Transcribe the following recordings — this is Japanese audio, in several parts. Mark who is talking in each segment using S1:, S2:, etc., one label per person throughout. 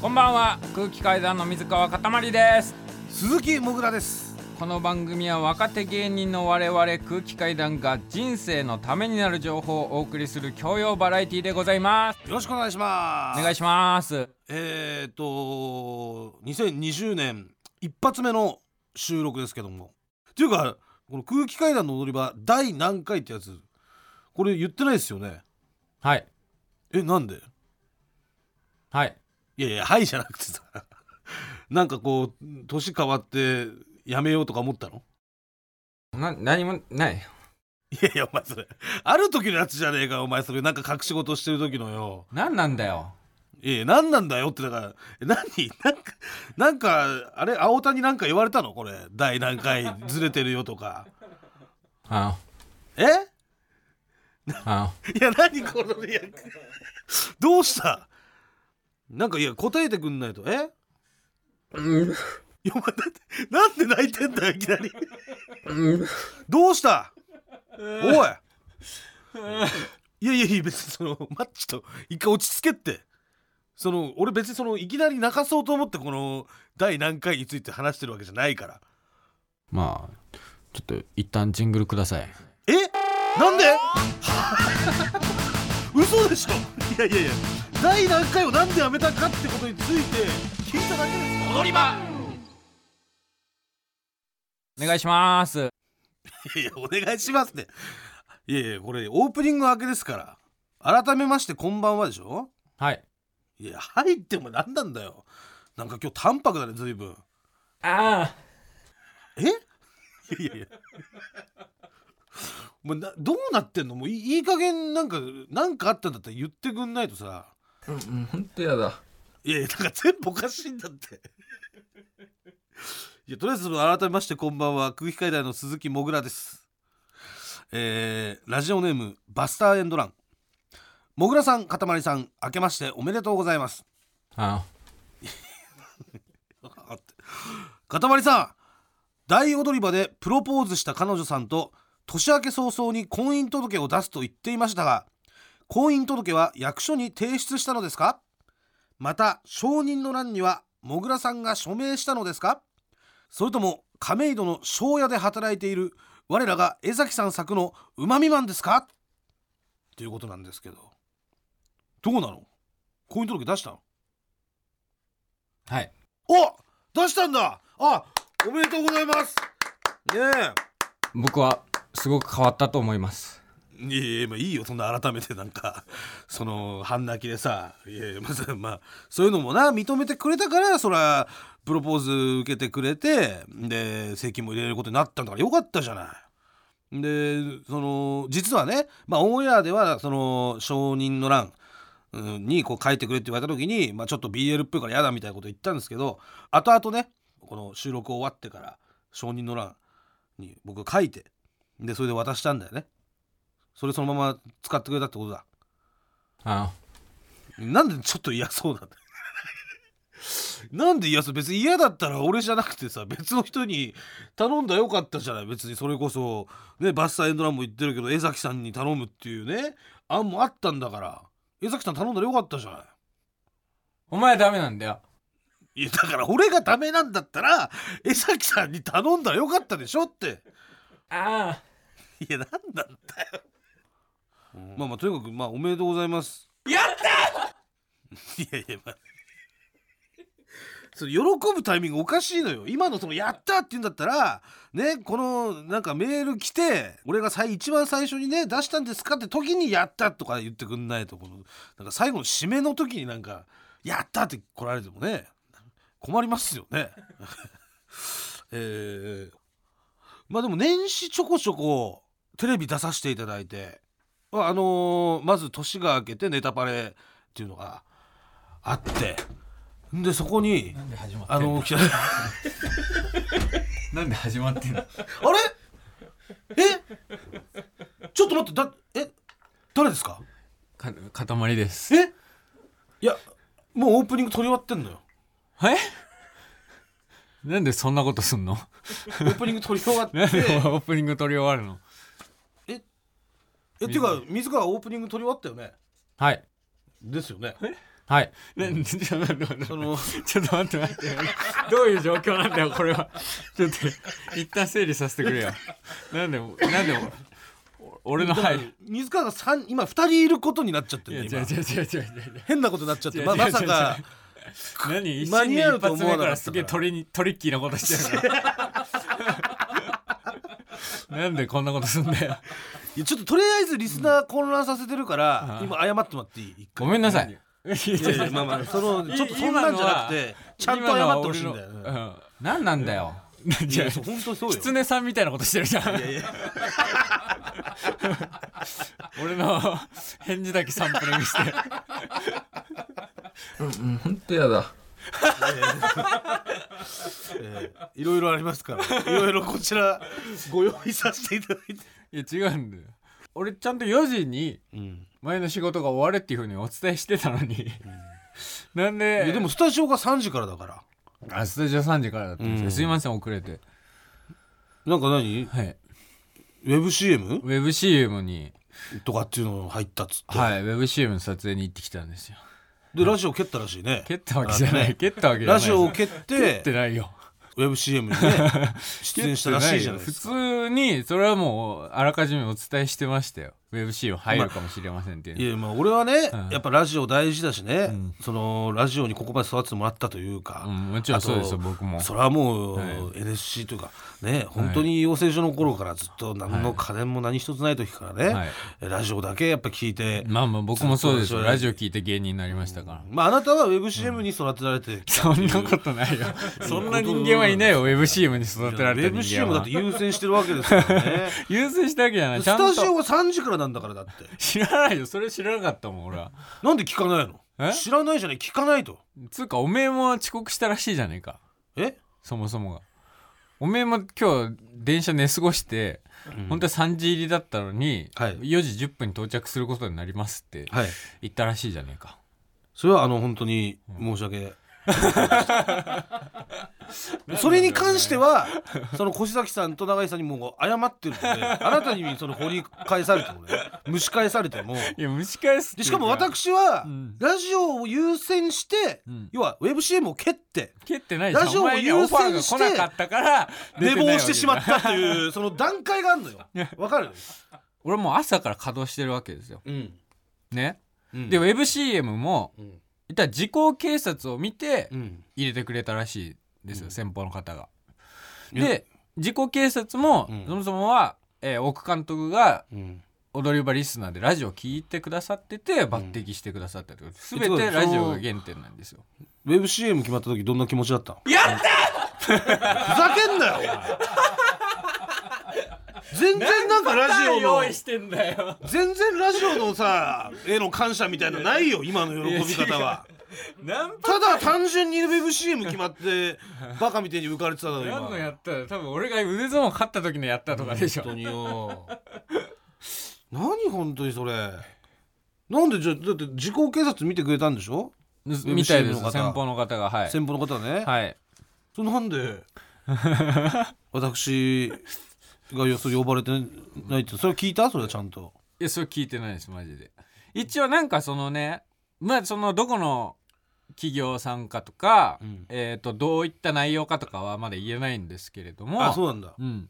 S1: こんばんは空気階段の水川かたまりです
S2: 鈴木もぐらです
S1: この番組は若手芸人の我々空気階段が人生のためになる情報をお送りする教養バラエティでございます
S2: よろしくお願いしま
S1: お
S2: す
S1: 願いします
S2: えー、っと2020年一発目の収録ですけどもっていうかこの空気階段の踊り場第何回ってやつこれ言ってないですよね
S1: はい
S2: えなんで
S1: はい
S2: いやいやはいじゃなくてさ なんかこう年変わってやめようとか思ったの
S1: な何もない
S2: いやいやお前それある時のやつじゃねえかお前それなんか隠し事してる時のよ
S1: 何なんだよ
S2: いやいや何なんだよってだからえ何 なんかなんかあれ青田になんか言われたのこれ第何回ずれてるよとか
S1: あ
S2: え
S1: のあ
S2: いや何このリアクどうしたなんかいや答えてくんないとえ
S1: のうん
S2: いやお前だってなんで泣いてんだよいきなり
S1: うん
S2: どうしたおいいやいやいや別にそのマッチと一回落ち着けってその俺別にそのいきなり泣かそうと思ってこの第何回について話してるわけじゃないから
S1: まあちょっと一旦ジングルください
S2: えなんで 嘘でしょいやいやいや第何回をなんでやめたかってことについて聞いただけです踊り場
S1: お願いします
S2: いやいやお願いしますねいやいやこれオープニング明けですから改めましてこんばんはでしょ
S1: はい
S2: いや入っても何なんだよなんか今日淡白だね随分
S1: あ
S2: えいやいやもうなどうなってんのもういいいい加減なんかなんかあったんだったら言ってくんないとさ
S1: あうん本当やだ
S2: いやいやなんか全部おかしいんだっていやとりあえず改めましてこんばんは空気階段の鈴木もぐらですえーラジオネームバスターエンドランもぐらさんかたまりさん明けましておめでとうございます
S1: あ
S2: あってかたまりさん大踊り場でプロポーズした彼女さんと年明け早々に婚姻届を出すと言っていましたが婚姻届は役所に提出したのですかまた証人の欄にはもぐらさんが署名したのですかそれとも亀戸の庄屋で働いている我らが江崎さん作のうまみマンですかっていうことなんですけどどうなの婚姻届出したの
S1: はい
S2: お出したんだあおめでとうございますね
S1: 僕はすごく変わったと思います
S2: えいやいやまあいいよそんな改めてなんか その半泣きでさいやいやまあまあそういうのもな認めてくれたからそらプロポーズ受けてくれてで籍金も入れることになったんだからよかったじゃない。でその実はね、まあ、オンエアではその証人の欄うんにこう書いてくれって言われた時に、まあ、ちょっと BL っぽいから嫌だみたいなこと言ったんですけど後々ねこの収録終わってから証人の欄に僕書いてでそれで渡したんだよねそれそのまま使ってくれたってことだ
S1: あ
S2: なんでちょっと嫌そうなんだよ なんで嫌そう別に嫌だったら俺じゃなくてさ別の人に頼んだらよかったじゃない別にそれこそねバッサーエンドランも言ってるけど江崎さんに頼むっていうね案もあったんだから江崎さん頼んだらよかったじゃない
S1: お前ダメなんだよ
S2: いやだから俺がダメなんだったら江崎さんに頼んだらよかったでしょって
S1: あ
S2: いやなんなんだよ、まあまあとにかくまあおめでとうございます
S1: あやった
S2: いやいやまあそれ喜ぶタイミングおかしいのよ今のその「やった!」って言うんだったらねこのなんかメール来て俺が最一番最初にね出したんですかって時に「やった!」とか言ってくんないとこのなんか最後の締めの時になんか「やった!」って来られてもね困りますよね。 えーまあでも年始ちょこちょこテレビ出させていただいてまああのーまず年が明けてネタパレっていうのがあってんでそこに
S1: なんで始まって
S2: あ
S1: んの
S2: の来た
S1: なんで始まってんの
S2: あれえちょっと待ってだえ誰ですか
S1: か塊です
S2: えいやもうオープニング撮り終わってんのよ
S1: えなんでそんなことすんの
S2: オープニング撮り終 わって
S1: なんでオープニング撮り終わるの
S2: ええっていうか水川オープニング撮り終わったよね
S1: はい
S2: ですよね
S1: はい。ね、ちょっと待って待って
S2: その
S1: ちょっと待って待って。どういう状況なんだよ、これは。ちょっと、一旦整理させてくれよ。なんで、なんで、お俺の、はい。い
S2: 水川が三今二人いることになっちゃって
S1: や、
S2: る
S1: 違
S2: ね
S1: う違
S2: 今
S1: う違う違う違う。
S2: 変なことになっちゃって
S1: 違う
S2: ま
S1: 違う
S2: まさか
S1: 何一
S2: 間
S1: 瞬で
S2: に合う
S1: 一発
S2: と思わ
S1: 目か
S2: なかったから
S1: らすげえトリトリッキーなことしてるから なんでこんなことすんだよ
S2: いやちょっととりあえずリスナー混乱させてるから、
S1: うん
S2: 今謝ってもらっていい一
S1: ご
S2: 回
S1: めんなさい
S2: いやいやまあまあそのちょっとそんなんじゃなくてちゃんと謝ってほしいんだよ、
S1: 今のは
S2: ね
S1: 俺のうん何なんだよ
S2: いやそう本当そうよ
S1: 狐さんみたいなことしてるじゃん
S2: いやいや
S1: 俺の返事だけサンプリングして
S3: うん、ほんとやだ。
S2: えーいろいろありますからいろいろこ ちらご用意させていただいて、
S1: いや違うんだよ俺ちゃんと4時に
S2: うん、
S1: 前の仕事が終わるっていうふうにお伝えしてたのに、なんで
S2: いやでもスタジオが3時からだから
S1: あスタジオ3時からだったんですよ、
S2: うん
S1: すいません遅れて
S2: なんか何
S1: はい
S2: ウェブ CM
S1: ウェブ CM に
S2: とかっていうの入ったっつって、
S1: はいウェブ CM の撮影に行ってきたんですよ
S2: でラジオ蹴ったらしいね
S1: 蹴ったわけじゃな
S2: あの
S1: い
S2: ね
S1: 蹴ったわけじゃな
S2: ラ
S1: い
S2: ジオを
S1: 蹴
S2: 蹴っ
S1: っててないよ
S2: ウェブ CM に ね出演したらしいじゃないですか
S1: 蹴ってよ普通にそれはもうあらかじめお伝えしてましたよウェブ CM 入るかもしれませんっていうの
S2: いやまあ俺はね、
S1: うん
S2: やっぱラジオ大事だしね、
S1: ん
S2: そのラジオにここまで育ててもらったというか、
S1: うんもちろんそうですよ
S2: あと
S1: 僕も
S2: それはもう、
S1: はい
S2: NSC というかね本当に養成所の頃からずっと何の家電も何一つない時からね、
S1: はい
S2: ラジオだけやっぱ聞いて、
S1: まあまあ僕もそうですよ
S2: ずっと
S1: ラジオ聞いて芸人になりましたから、
S2: まああなたはウェブ CM に育てられてきた
S1: そ
S2: ってい
S1: んな
S2: う、
S1: ことない よそんな人間はいないよウェブ CM に育てられ
S2: ウ
S1: た
S2: ェブ
S1: 人
S2: CM
S1: 間
S2: だっ
S1: は
S2: て優先してるわけですからね
S1: 優先したわけじゃない
S2: ス
S1: ちゃんと
S2: タジオは3時からなんだからだって
S1: 知らないよそれ知らなかったもん俺は
S2: なんで聞かないの
S1: え
S2: 知らないじゃない聞かないと
S1: つうかおめえも遅刻したらしいじゃねえか
S2: え
S1: そもそもがおめえも今日電車寝過ごして、本当は3時入りだったのに、
S2: はい
S1: 4時10分に到着することになりますって
S2: はい
S1: 言ったらしいじゃねえか
S2: それはあの本当に申し訳、 それに関してはその越崎さんと永井さんにもう謝ってるので あなたにその掘り返されてもね蒸し返されても
S1: いや蒸し返すって
S2: で
S1: いう
S2: しかも私は
S1: うん
S2: ラジオを優先して、
S1: うん
S2: 要はウェブ CM を蹴って
S1: 蹴ってないじゃん
S2: ラジオ
S1: お
S2: を
S1: 前にはオファーが来なかったから
S2: 寝坊してしまったたと いうその段階があるのよわかる、
S1: 俺もう朝から稼働してるわけですよ
S2: うん
S1: ね、
S2: うん
S1: で WebCM も
S2: うん
S1: いったら時効警察を見て
S2: うん
S1: 入れてくれたらしいですよ、
S2: うん
S1: 先方の方が。
S2: いや
S1: で自己警察も、
S2: うん
S1: そもそもは、えー奥監督が
S2: うん
S1: 踊り場リスナーでラジオを聞いてくださってて抜擢してくださったってこと、全て
S2: え
S1: ラジオが原点なんですよ。
S2: ウェブ CM 決まった時どんな気持ちだったの
S1: やった
S2: ふざけんなよお前全然なんかラジオの
S1: てんだよ。
S2: 全然ラジオのさ絵の感謝みたいのないよ今の喜び方は
S1: 何
S2: ただ単純に WebCM 決まってバカみたいに浮かれてたの
S1: 何のや
S2: 今
S1: ったら多分俺が腕相撲勝った時のやったとかでしょ。
S2: 本当によ何本当にそれなんでじゃだって時効警察見てくれたんでしょ
S1: みたいで
S2: MC の
S1: す
S2: 方
S1: 先方の方がはい。
S2: 先方の方ね、
S1: はい、
S2: それなん で私がよそう呼ばれてないってそれ聞いたそれはちゃんと
S1: いやそれ聞いてないですマジで一応なんかそのねまあそのどこの企業さんかとか、
S2: うん
S1: えー、とどういった内容かとかはまだ言えないんですけれども
S2: あそうなんだ
S1: うん、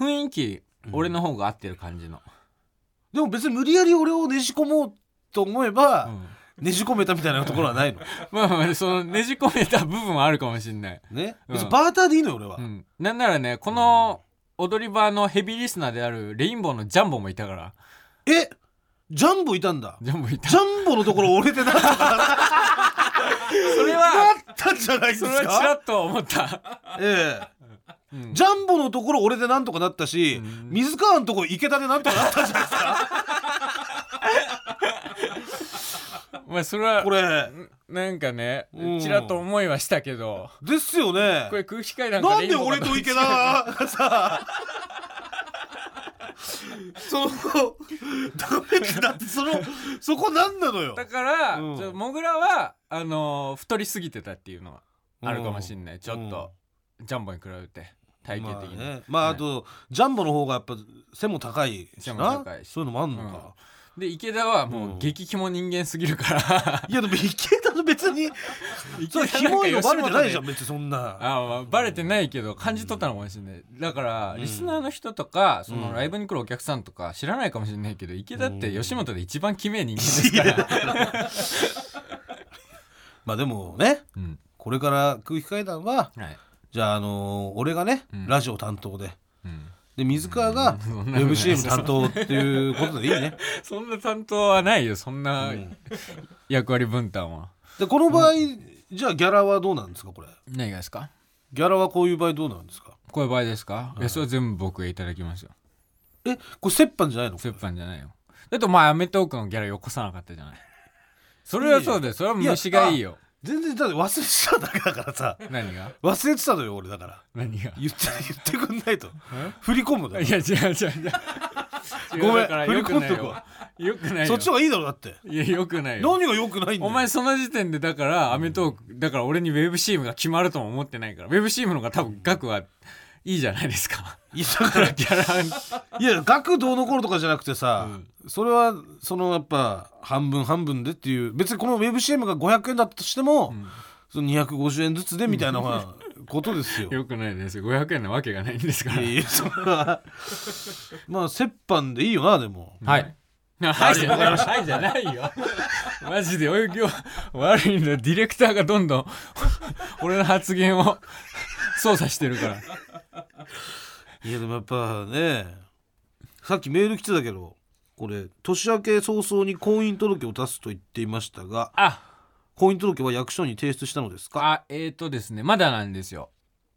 S1: 雰囲気俺の方が合ってる感じの、
S2: でも別に無理やり俺をねじ込もうと思えば、
S1: うん
S2: ねじ込めたみたいなところはないの
S1: まあまあそのねじ込めた部分はあるかもしんない、
S2: ね
S1: うん
S2: 別にバーターでいいのよ俺は、
S1: うん、なんならねこの踊り場のヘビーリスナーであるレインボーのジャンボもいたから
S2: えジャンボいたんだ
S1: ジャンボいた
S2: ジャンボのところ折れてなかったから
S1: それ は
S2: あったんじゃないです
S1: そ
S2: か
S1: れはちらっと思った、
S2: ええ
S1: うん
S2: ジャンボのところ俺でなんとかなったし、
S1: ん
S2: 水川のところ池田でなんとかなったじゃないですか
S1: まあそれは
S2: これ
S1: なんかね
S2: うん
S1: ちらっと思いはしたけど、
S2: ですよね
S1: これ空気階段
S2: な
S1: か
S2: ん
S1: レイ
S2: で
S1: ンボーか
S2: 俺と池田がさそのダメだってそのそこなんなのよ
S1: だから、
S2: うん
S1: ちょモグラはあのー太りすぎてたっていうのはあるかもしんない、ちょっと、ジャンボに比べて体型的に、
S2: まあねまあ
S1: はい
S2: あと、ジャンボの方がやっぱ背も高いし
S1: 背
S2: な
S1: も高いし
S2: そういうのもあんのか、
S1: で池田はもう激肝人間すぎるから、
S2: いやでも池田の別にそれ
S1: 池田
S2: ひ
S1: なん
S2: も
S1: か
S2: いのバレてないじ
S1: 吉
S2: ゃ
S1: 本
S2: ん
S1: で
S2: 別にそんな
S1: あ、まあ、バレてないけど感じ取ったのかもしれないだからリスナーの人とかそのライブに来るお客さんとか知らないかもしれないけど池田って吉本で一番きめえ人間ですから、
S2: まあでもね
S1: うん
S2: これから空気階段は
S1: はい
S2: じゃああのー俺がね、
S1: ん
S2: ラジオ担当で
S1: うん、
S2: で水川がウ
S1: そんなことない
S2: ェブ CM 担当っていうことでいい ね
S1: そんな担当はないよそんな役割分担は、
S2: でこの場合、じゃあギャラはどうなんですかこれ
S1: 何がですか
S2: ギャラはこういう場合どうなんですか
S1: こういう場合ですか、いやそれは全部僕がいただきますよ
S2: えこれ折半じゃないの
S1: 折半じゃないよだってお前アメトーークのギャラよこさなかったじゃないそれはそうだよそれは虫がいいよ
S2: 全然だって忘れてただけだからさ
S1: 何が
S2: 忘れてたのよ俺だから
S1: 何が
S2: 言って言ってくんないと振り込むだ
S1: いや
S2: よ
S1: 違う違う違う
S2: ごめん
S1: 違うだからよくない
S2: 振り込んどくわ
S1: よよくないよ
S2: そっちの方がいいだろだって
S1: いやよくないよ
S2: 何が良くないんだ
S1: お
S2: よ
S1: 前その時点でだからアメトーークだから俺にウェブ CM が決まるとも思ってないからウェブ CM の方が多分額はいいじゃないです か
S2: いやだから
S1: ギャラ
S2: いや学童の頃とかじゃなくてさ、それはそのやっぱ半分半分でっていう別にこのウェブ CM が500円だったとしても、その250円ずつでみたいなほらことですよ。
S1: よくないですよ500円なわけがないんですか
S2: いや
S1: ら
S2: いやそれはまあ折半でいいよなでも。
S1: はい。はいじゃないはいじゃないよ。マジで泳ぎを悪いんだよ。ディレクターがどんどん俺の発言を操作してるから。
S2: いやでもやっぱねさっきメール来てたけどこれ年明け早々に婚姻届を出すと言っていましたが
S1: あ、
S2: 婚姻届は役所に提出したのですか
S1: あえっ、ー、とですね、まだなんですよ。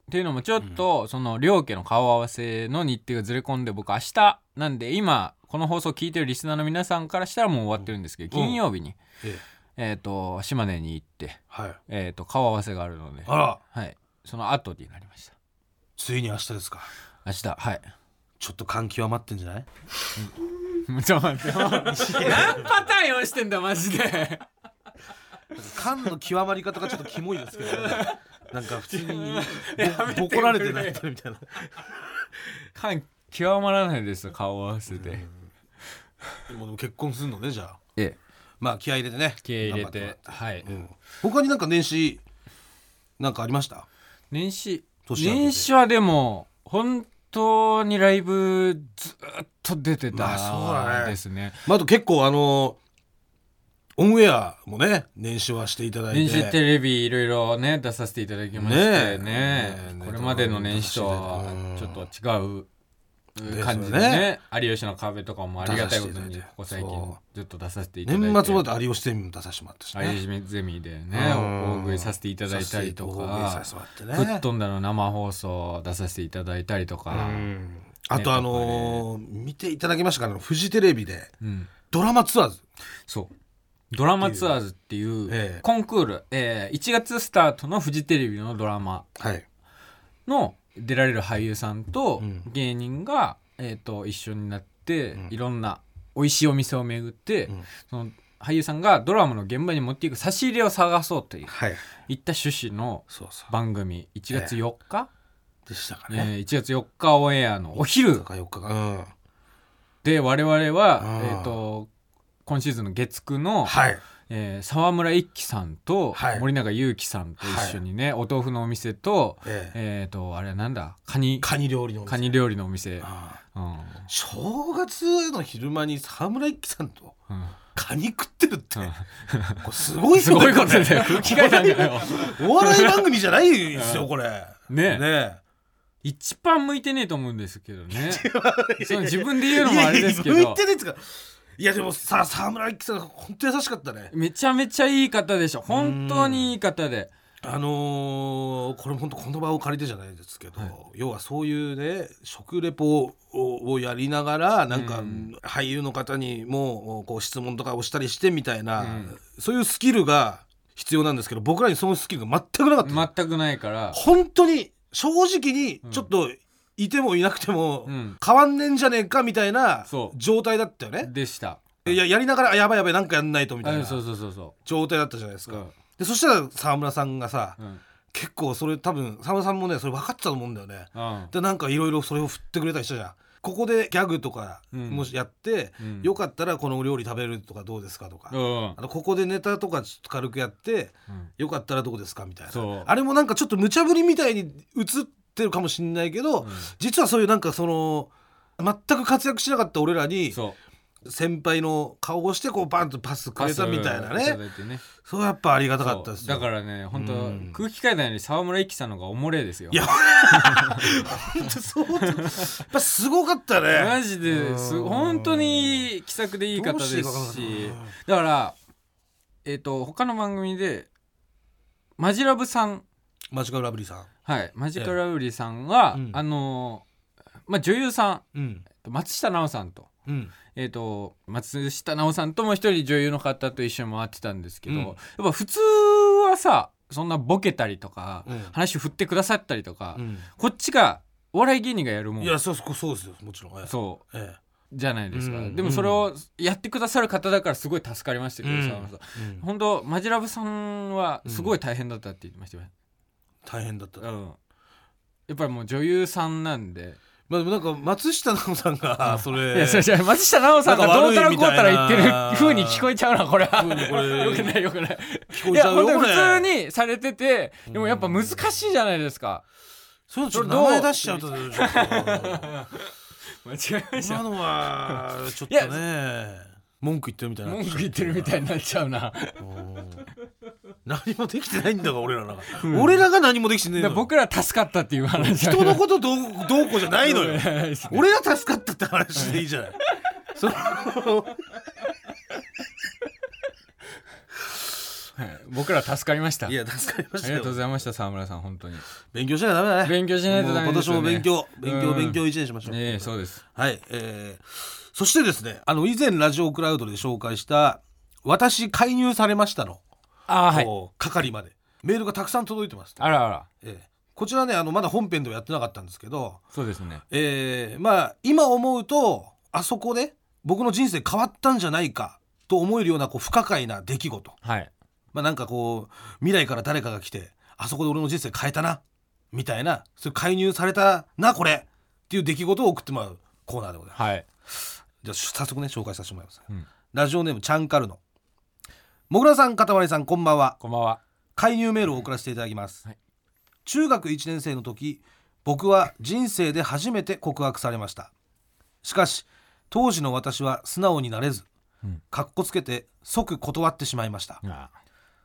S1: っていうのもちょっと、その両家の顔合わせの日程がずれ込んで僕明日なんで今この放送聞いてるリスナーの皆さんからしたらもう終わってるんですけど
S2: うん
S1: 金曜日に、
S2: ええ
S1: えっ、と島根に行って、
S2: はい、
S1: えー、と顔合わせがあるので、
S2: あら
S1: はい、その後になりました
S2: ついに明日ですか
S1: 明日はい
S2: ちょっと感極まってんじゃない
S1: ちょっと待って何パターン用意してんだマジで
S2: 感の極まり方がちょっとキモいですけど、ね、なんか普通に
S1: めて
S2: ぼ
S1: くれ
S2: ボコられてないとみたいな
S1: 感極まらないです顔を合わせて
S2: もうでも結婚するのねじゃあ
S1: ええ
S2: まあ気合い入れてね
S1: 気合い入れ
S2: 頑張
S1: て
S2: って
S1: はい、
S2: うん、他になんか年始なんかありました
S1: 年始
S2: 年明けて
S1: 年始はでも本当にライブずっと出て
S2: まあそうだ
S1: た
S2: ね
S1: ですね,、
S2: まあ、あと結構あのオンエアもね年始はしていただいて
S1: 年始テレビいろいろね出させていただきましてね
S2: ねえねえ
S1: これまでの年始とは
S2: うん
S1: ちょっと違う
S2: ね
S1: 感じでね有吉の壁とかもありがたいことに
S2: 出させていただいて
S1: ここ最近
S2: そ
S1: ずっと出させていただいて
S2: 年末まで有吉ゼミも出させてもらったし
S1: アイ
S2: ね
S1: ジメゼミでね
S2: う
S1: 大
S2: ん
S1: 食いさせていただいたりとか
S2: させて大食いさせてもら
S1: 吹
S2: ってね
S1: っ飛んだの生放送出させていただいたりとか
S2: うんあとあのー見ていただきましたかねフジテレビで
S1: うん
S2: ドラマツアーズ
S1: そうドラマツアーズってい
S2: え
S1: う
S2: え
S1: コンクールえー1月スタートのフジテレビのドラマ
S2: はい
S1: の出られる俳優さんと
S2: うん
S1: 芸人がえーと一緒になって
S2: ん
S1: いろんな美味しいお店を巡って
S2: うん
S1: その俳優さんがドラマの現場に持っていく差し入れを探そうという
S2: はい
S1: いった趣旨の
S2: そうそう
S1: 番組1月4日
S2: でしたかね
S1: えー1月4日オンエアのお昼
S2: 3日4日間うん
S1: で我々は、
S2: うん
S1: えー、と今シーズンの月9の、
S2: はい
S1: えー沢村一樹さんと
S2: はい
S1: 森永裕樹さんと一緒にね、お豆腐のお店と,、
S2: ええ
S1: えー、とあれはなんだカニ
S2: カニ料理のお店
S1: カニ料理のお店、うん
S2: ああ
S1: うん
S2: 正月の昼間に沢村一樹さんとカニ食ってるって
S1: うん
S2: これすごい
S1: すごいこと
S2: で
S1: だよ空気階段だよ
S2: お笑い番組じゃないですよこれ
S1: ね
S2: ね
S1: 一番向いてねえと思うんですけど ね
S2: え
S1: そう自分で言うのもあれですけど
S2: いやいや向いてねえっつうかいやでもさ沢村一樹さん本当優しかったね
S1: めちゃめちゃいい方でしょ本当にいい方で
S2: あのーこれ本当この場を借りてじゃないですけど、
S1: はい
S2: 要はそういうね食レポををやりながらなんか
S1: うん
S2: 俳優の方にもこう質問とかをしたりしてみたいな、
S1: うん
S2: そういうスキルが必要なんですけど僕らにそのスキルが全くなかった、
S1: 全くないから、
S2: 本当に正直にちょっといてもいなくても
S1: うん、
S2: 変わんねえんじゃねえかみたいな
S1: そう
S2: 状態だったよね。
S1: でした
S2: いややりながらあやばいやばいなんかやんないとみたい
S1: あ
S2: な
S1: そうそうそうそ
S2: 状態だったじゃないです
S1: う
S2: か。
S1: うん
S2: でそしたら沢村さんがさ、
S1: うん
S2: 結構それ多分沢村さんもねそれ分かってたと思うんだよね
S1: うん
S2: でなんかいろいろそれを振ってくれたりしたじゃんここでギャグとか
S1: うん
S2: もしやって、
S1: うん
S2: よかったらこのお料理食べるとかどうですかとか、
S1: うん
S2: あのここでネタとかちょっと軽くやって
S1: うん
S2: よかったらどうですかみたい
S1: そう
S2: なあれもなんかちょっと無茶ぶりみたいに映ってるかもしんないけど、実はそういうなんかその全く活躍しなかった俺らに
S1: そう
S2: 先輩の顔をしてこうバンとパスくれたみたいな
S1: パスいた
S2: ね
S1: だいてね
S2: そうやっぱありがたかったです
S1: だかららね本当、
S2: うん
S1: 空気階段より沢村一樹さんの方がおもれえですよ
S2: いやそうやっぱすごかったね
S1: マジです
S2: うん
S1: 本当に気さくでいい方ですし
S2: どうしていいかわかんない
S1: だからえっ、と他の番組でマジラブさん
S2: マジカルラブリーさ
S1: はいマジカルラブリーさんが、
S2: うん
S1: あのまあ女優さ
S2: んうん
S1: ん松下奈緒さんと
S2: うん
S1: えー、と松下奈緒さんとも一人女優の方と一緒に回ってたんですけど、
S2: うん
S1: やっぱ普通はさそんなボケたりとか、
S2: うん
S1: 話振ってくださったりとか、
S2: うん
S1: こっちがお笑い芸人がやるも
S2: い
S1: ん
S2: やそうそうそうですよもちろんええ
S1: そう
S2: え
S1: じゃないですか、
S2: うん
S1: でもそれをやってくださる方だからすごい助かりました
S2: え
S1: けど、
S2: うん
S1: 沢村さん
S2: うん
S1: 本当マジラブさんはすごい大変だったって言ってましたよね、
S2: 大変だった
S1: うんやっぱりもう女優さんなんで、
S2: まあでもなんか松下奈緒さんがそれ
S1: いやそれじゃない松下奈緒さんがどうたらこうたら言ってる
S2: なんか悪いみたいな
S1: 風に聞こえちゃうなこれは
S2: ふうにこれ
S1: よくないよくない
S2: 聞こ
S1: い
S2: えち
S1: や
S2: ゃうよ
S1: 本当に
S2: これ
S1: 普通にされててでもやっぱ
S2: うん
S1: 難しいじゃないですか
S2: そうちょっ
S1: それ
S2: と
S1: どう
S2: 名前出しちゃうとちょっと
S1: 間違えま
S2: 今のはちょっとね文句言ってるみたいにな
S1: 文句言ってるみたいになっちゃうなだか
S2: うん何もできてないんだから俺らなんか俺らが何もできてねえ
S1: ら
S2: のよ
S1: 僕ら助かったっていう話
S2: 人のことどうどうこうじゃない のよ
S1: い
S2: 俺が助かったって話でいい じゃないその
S1: 僕ら助かりましたあ
S2: い
S1: り
S2: や助かりました
S1: がとうご
S2: よ
S1: ざいました沢村さん本当に
S2: 勉強しなきゃダメだね
S1: 勉強しないとダメですよね
S2: もう今年も勉強勉強
S1: うん
S2: 勉強一年しましょう
S1: ええそうです
S2: はい、えーそしてですねあの以前ラジオクラウドで紹介した「私介入されましたの」
S1: ああはい
S2: こう係までメールがたくさん届いてます、
S1: あらあら
S2: えーこちらねあのまだ本編ではやってなかったんですけど、
S1: そうですね
S2: えーまあ今思うとあそこで僕の人生変わったんじゃないかと思えるようなこう不可解な出来事、
S1: はい
S2: まあ、なんかこう未来から誰かが来てあそこで俺の人生変えたなみたいなそれ介入されたなこれっていう出来事を送ってもらうコーナーでございます。
S1: はい
S2: じゃあ早速ね紹介させてもらいます、
S1: うん
S2: ラジオネームチャンカルノもぐらさんかたまりさんこんばんは
S1: こんばんは
S2: 介入メールを送らせていただきます、
S1: はい
S2: 中学1年生の時僕は人生で初めて告白されましたしかし当時の私は素直になれず
S1: うん
S2: かっこつけて即断ってしまいました
S1: あ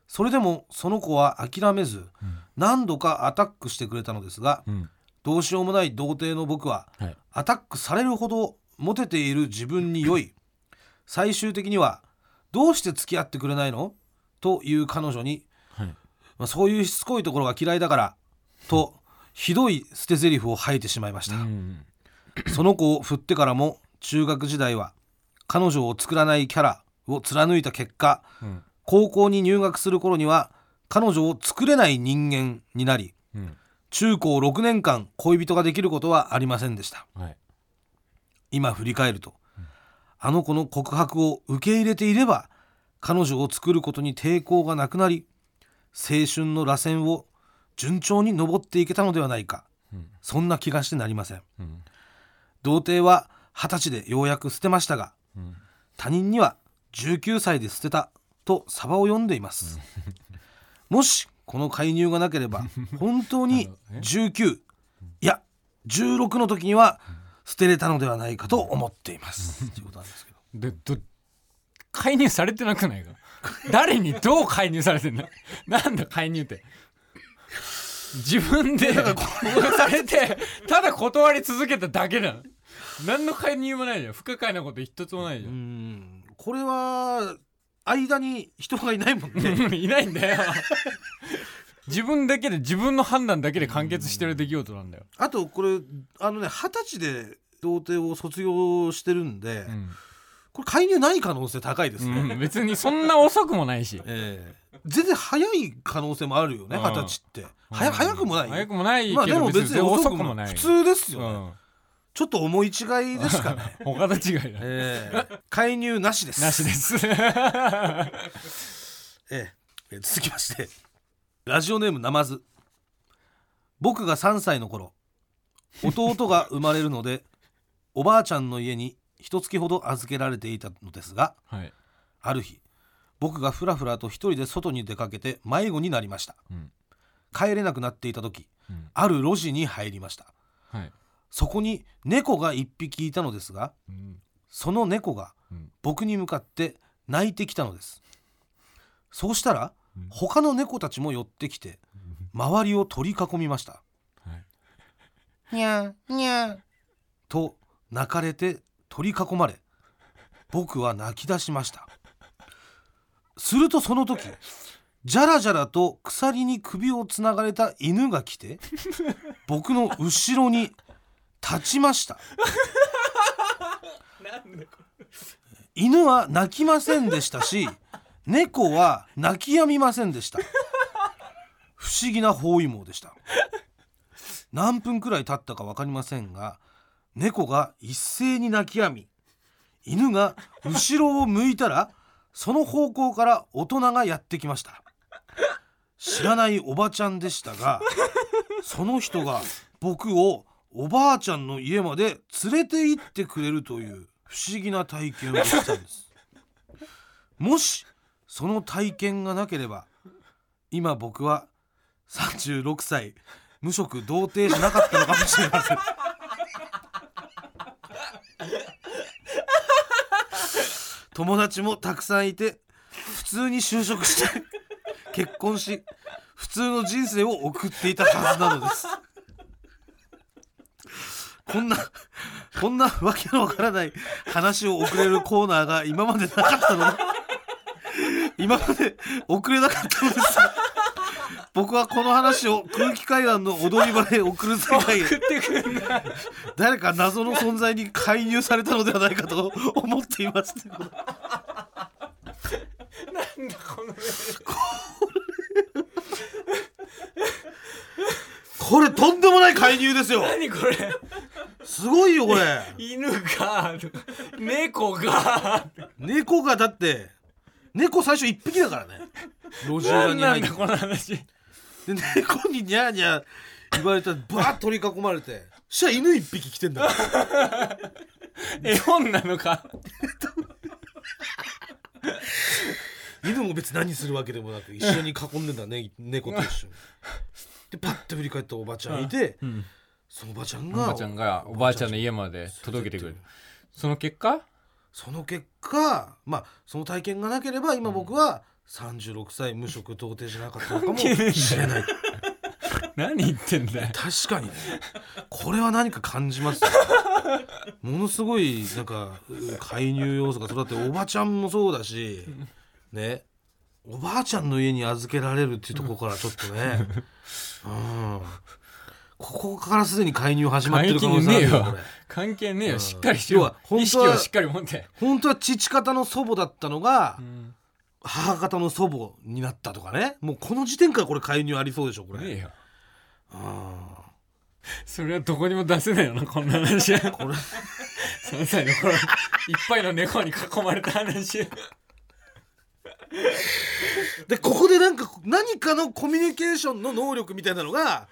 S2: それでもその子は諦めず何度かアタックしてくれたのですが
S1: うん
S2: どうしようもない童貞の僕は
S1: はい
S2: アタックされるほどモテている自分に酔い最終的には「どうして付き合ってくれないの?」という彼女に
S1: はい
S2: 「まあ、そういうしつこいところが嫌いだから」とひどい捨て台詞を吐いてしまいまし
S1: う
S2: た、
S1: ん
S2: その子を振ってからも中学時代は彼女を作らないキャラを貫いた結果
S1: うん
S2: 高校に入学する頃には彼女を作れない人間になり
S1: うん
S2: 中高6年間恋人ができることはありませんでした
S1: はい
S2: 今振り返ると、あの子の告白を受け入れていれば彼女を作ることに抵抗がなくなり青春の螺旋を順調に登っていけたのではないか
S1: うん
S2: そんな気がしてなりません
S1: うん
S2: 童貞は二十歳でようやく捨てましたが
S1: うん
S2: 他人には19歳で捨てたとサバを読んでいます、もしこの介入がな ければ本当に19いや16の時には捨てれたのではないかと思っていますということなんですけど
S1: でど介入されてなくないか誰にどう介入されてんだなんだ介入って自分でされてただ断り続けただけなの何の介入もないじゃん不可解なこと一つもないじゃ
S2: うんんこれは間に人がいないもんね
S1: いないんだよ自分だけで自分の判断だけで完結してる出来事なんだよ、
S2: あとこれあのね二十歳で童貞を卒業してるんで、
S1: うん
S2: これ介入ない可能性高いですね、
S1: うん別にそんな遅くもないし
S2: ええ全然早い可能性もあるよね
S1: うん
S2: 二十歳って、早早くもない
S1: 早くもないけど、
S2: まあでも別に遅
S1: 遅
S2: く
S1: く
S2: も
S1: も
S2: な
S1: ないい
S2: 普通ですよね、
S1: うん
S2: ちょっと思い違いですかね
S1: 他と違いだ
S2: ええ介入なしです
S1: なしです。
S2: えええ続きましてラジオネームナマズ僕が3歳の頃弟が生まれるので おばあちゃんの家に一月ほど預けられていたのですが
S1: はい、
S2: ある日僕がふらふらと一人で外に出かけて迷子になりました
S1: うん
S2: 帰れなくなっていた時
S1: うん
S2: ある路地に入りました
S1: はい
S2: そこに猫が一匹いたのですが
S1: うん
S2: その猫が
S1: うん
S2: 僕に向かって泣いてきたのですそうしたら
S1: うん
S2: 他の猫たちも寄ってきて周りを取り囲みました
S1: はい
S2: にゃーにゃーと泣かれて取り囲まれ僕は泣き出しましたするとその時じゃらじゃらと鎖に首をつながれた犬が来て僕の後ろに立ちました犬は泣きませんでしたし猫は泣き止みませんでした不思議な包囲網でした何分くらい経ったか分かりませんが猫が一斉に泣き止み犬が後ろを向いたらその方向から大人がやってきました知らないおばちゃんでしたがその人が僕をおばあちゃんの家まで連れて行ってくれるという不思議な体験をしたんですもしその体験がなければ今僕は36歳無職童貞じゃなかったのかもしれません友達もたくさんいて普通に就職して結婚し普通の人生を送っていたはずなのですこんなこんなわけのわからない話を送れるコーナーが今までなかったので今まで送れなかったのです僕はこの話を空気階段の踊り場へ送る世界へ
S1: 食ってくんな
S2: 誰か謎の存在に介入されたのではないかと思っています
S1: なんだこの
S2: これとんでもない介入ですよ
S1: 何これ
S2: すごいよこれ
S1: 犬が猫が
S2: 猫がだって猫最初1匹だからね路地裏
S1: 何
S2: に
S1: な
S2: 入
S1: ん
S2: っ
S1: だこの話
S2: てで猫にニャーニャー言われたらバーッ取り囲まれてそしたら犬1匹来てんだから
S1: 絵本なのか
S2: 犬も別に何するわけでもなく一緒に囲んでんだね猫と一緒にでパッと振り返ったおばちゃんいて、そのおばちゃん
S1: お
S2: が
S1: ばちゃんがおばあちゃんの家まで届けてくれるその結果
S2: その結果まあその体験がなければ今僕は36歳無職童貞じゃなかったのかもしれない
S1: 何言ってんだよ
S2: 確かにねこれは何か感じますよものすごいなんかう介入要素がそうだっておばちゃんもそうだしねおばあちゃんの家に預けられるっていうところからちょっとねうんここからすでに介入始まって
S1: 関
S2: る可
S1: 係
S2: 能性
S1: ね
S2: あ
S1: え
S2: るよ
S1: よ
S2: これ
S1: 関係ねえ
S2: うん
S1: よしっかりしろ
S2: 要は本
S1: 意
S2: 当
S1: 識
S2: は
S1: をしっかり持って
S2: 本当は父方の祖母だったのが
S1: うん
S2: 母方の祖母になったとかねもうこの時点からこれ介入ありそうでしょこれ、
S1: ねえよ
S2: うん
S1: それはどこにも出せないよなこんな話これ3歳の頃いっぱいの猫に囲まれた話
S2: でここでなんか何かのコミュニケーションの能力みたいなのが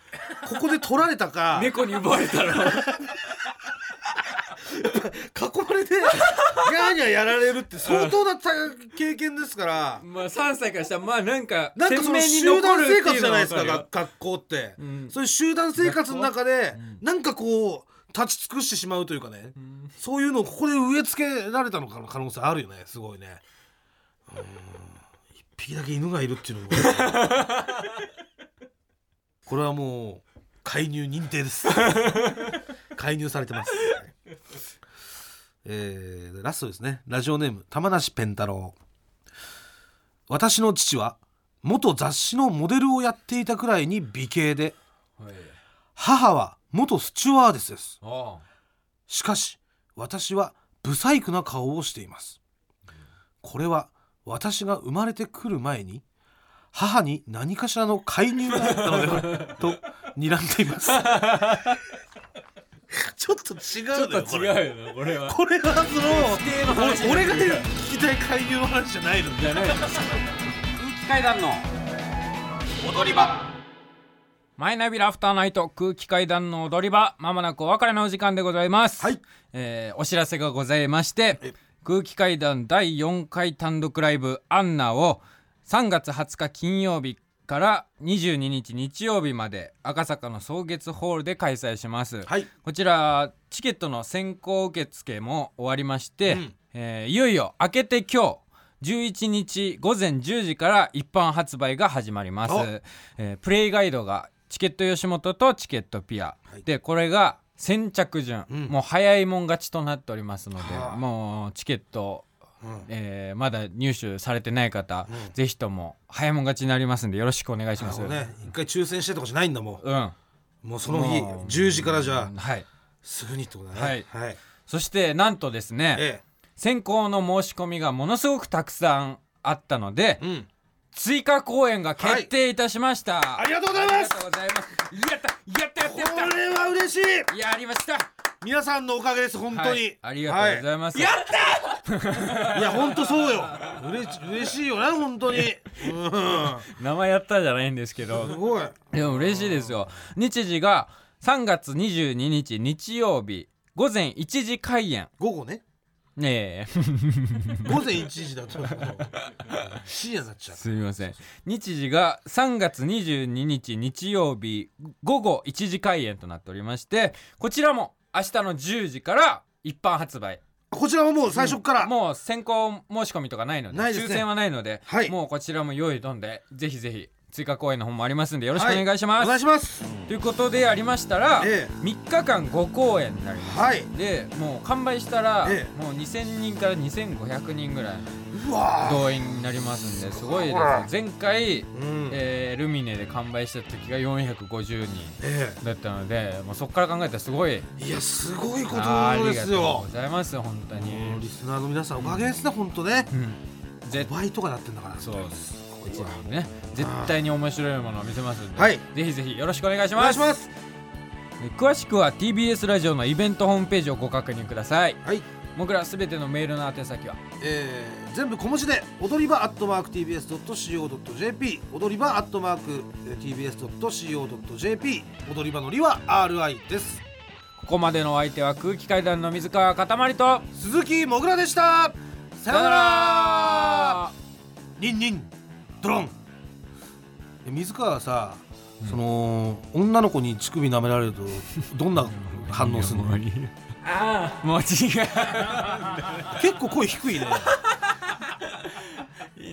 S2: ここで取られた か囲
S1: 猫に奪われたら
S2: まれてガーニャやられるって相当なた経験ですから
S1: まあ3歳からしたらまあなんか
S2: なんかその
S1: 鮮
S2: 集
S1: 明に残
S2: 団
S1: る
S2: 生
S1: って
S2: 活
S1: う
S2: じゃ
S1: の
S2: な
S1: はいわ
S2: です
S1: か
S2: か
S1: るよ
S2: が学校って、
S1: うん
S2: そういう集団生活の中で
S1: うん
S2: なんかこう立ち尽くしてしまうというかね
S1: うん
S2: そういうのをここで植え付けられたのかの可能性あるよねすごいね。うん一匹だけ犬がいるっていうのも これはもう介入認定です 介入されてます、えーラストですねラジオネーム玉梨ペン太郎私の父は元雑誌のモデルをやっていたくらいに美形で
S1: はい
S2: 母は元スチュワーデスです
S1: あ
S2: しかし私は不細工な顔をしていますこれは私が生まれてくる前に母に何かしらの介入があったのではと睨んでいます ちょっと違
S1: あちょ
S2: う
S1: っ
S2: のよ
S1: と違うよなこれは
S2: これこれは
S1: 定の話
S2: そのお俺が聞きたい介入の話じゃないの
S1: じゃない
S3: 空気階段の踊り場
S1: マイナビラフターナイト空気階段の踊り場まもなくお別れのお時間でございます、
S2: はい
S1: えーお知らせがございまして空気階段第4回単独ライブ「アンナ」を3月20日金曜日から22日日曜日まで赤坂の草月ホールで開催します、
S2: はい
S1: こちらチケットの先行受付も終わりまして、
S2: うん
S1: えーいよいよ明けて今日11日午前10時から一般発売が始まります
S2: お、
S1: えープレイガイドがチケット吉本とチケットピア、
S2: はい
S1: でこれが先着順、
S2: うん
S1: もう早いもん勝ちとなっておりますので、
S2: はあ
S1: もうチケット、
S2: うん
S1: えーまだ入手されてない方、
S2: うん
S1: ぜひとも早いもん勝ちになりますんでよろしくお願いし
S2: あ
S1: ます
S2: のね一回抽選してとかじゃないんだも
S1: うん
S2: うもうその日
S1: もう
S2: 10時からじゃあ
S1: はい
S2: すぐにってことだね
S1: はい
S2: はい
S1: そしてなんとですね、
S2: え
S1: 先行の申し込みがものすごくたくさんあったので
S2: えうん
S1: 追加公演が決定いたしました、
S2: ありがとうございます
S1: ありがとうございますやったやったやっ
S2: こ
S1: たやっ
S2: れは嬉しい
S1: たやりました
S2: 皆さんのおかげです本当
S1: はい
S2: に
S1: ありがとうございます、
S2: ははいいや本当そうようれ嬉しいよね本当にうん
S1: 名前やったじゃないんですけ
S2: す
S1: ど
S2: ごい
S1: でも嬉しいですよ日時が3月22日日曜日午前1時開演
S2: 午後ね
S1: ねえ
S2: 午前1時だと思う深夜になっちゃう
S1: すみません日時が3月22日日曜日午後1時開演となっておりましてこちらも明日の10時から一般発売
S2: こちらはもう最初から
S1: もう先行申し込みとかないので
S2: ないですね
S1: 抽選はないので、
S2: はい
S1: もうこちらも用意どんでぜひぜひ追加公演の方もありますんでよろしくお願いし
S2: は
S1: ま
S2: お
S1: す、
S2: 願いします
S1: ということでありましたら、
S2: ええ
S1: 3日間5公演になります
S2: はい
S1: でもう完売したら、
S2: え
S1: もう2000人から2500人ぐらいう
S2: わー
S1: 動員になりますんですごいです
S2: ほら
S1: 前回
S2: うんえ
S1: えールミネで完売した時が450人
S2: え
S1: だったので、もうそこから考えたらすごい
S2: いやすごいこ
S1: あー
S2: と
S1: あ
S2: で
S1: りが
S2: す
S1: とう
S2: よ
S1: ございます本当
S2: もう
S1: に、
S2: リスナーの皆さんおかげですね本当ね
S1: うん、ぜ
S2: 倍とかなってんだから
S1: そうです
S2: ご
S1: う
S2: い
S1: ち
S2: わ
S1: のね絶対に面白いものを見せますんで、
S2: はい
S1: ぜひぜひよろしくお願いし
S2: お願
S1: ます
S2: いします
S1: え詳しくは TBS ラジオのイベントホームページをご確認ください
S2: はい
S1: 僕らすべてのメールの宛先は
S2: えー全部小文字で踊り場アットマーク TBS.CO.JP 踊り場アットマーク TBS.CO.JP 踊り場のりは RI です
S1: ここまでのお相手は空気階段の水川かたまりと
S2: 鈴木もぐらでしたさよならニンニンドロンえ水川さ、その女の子に乳首舐められるとどんな反応するの
S1: ああもう違う
S2: 結構声低いね
S1: いい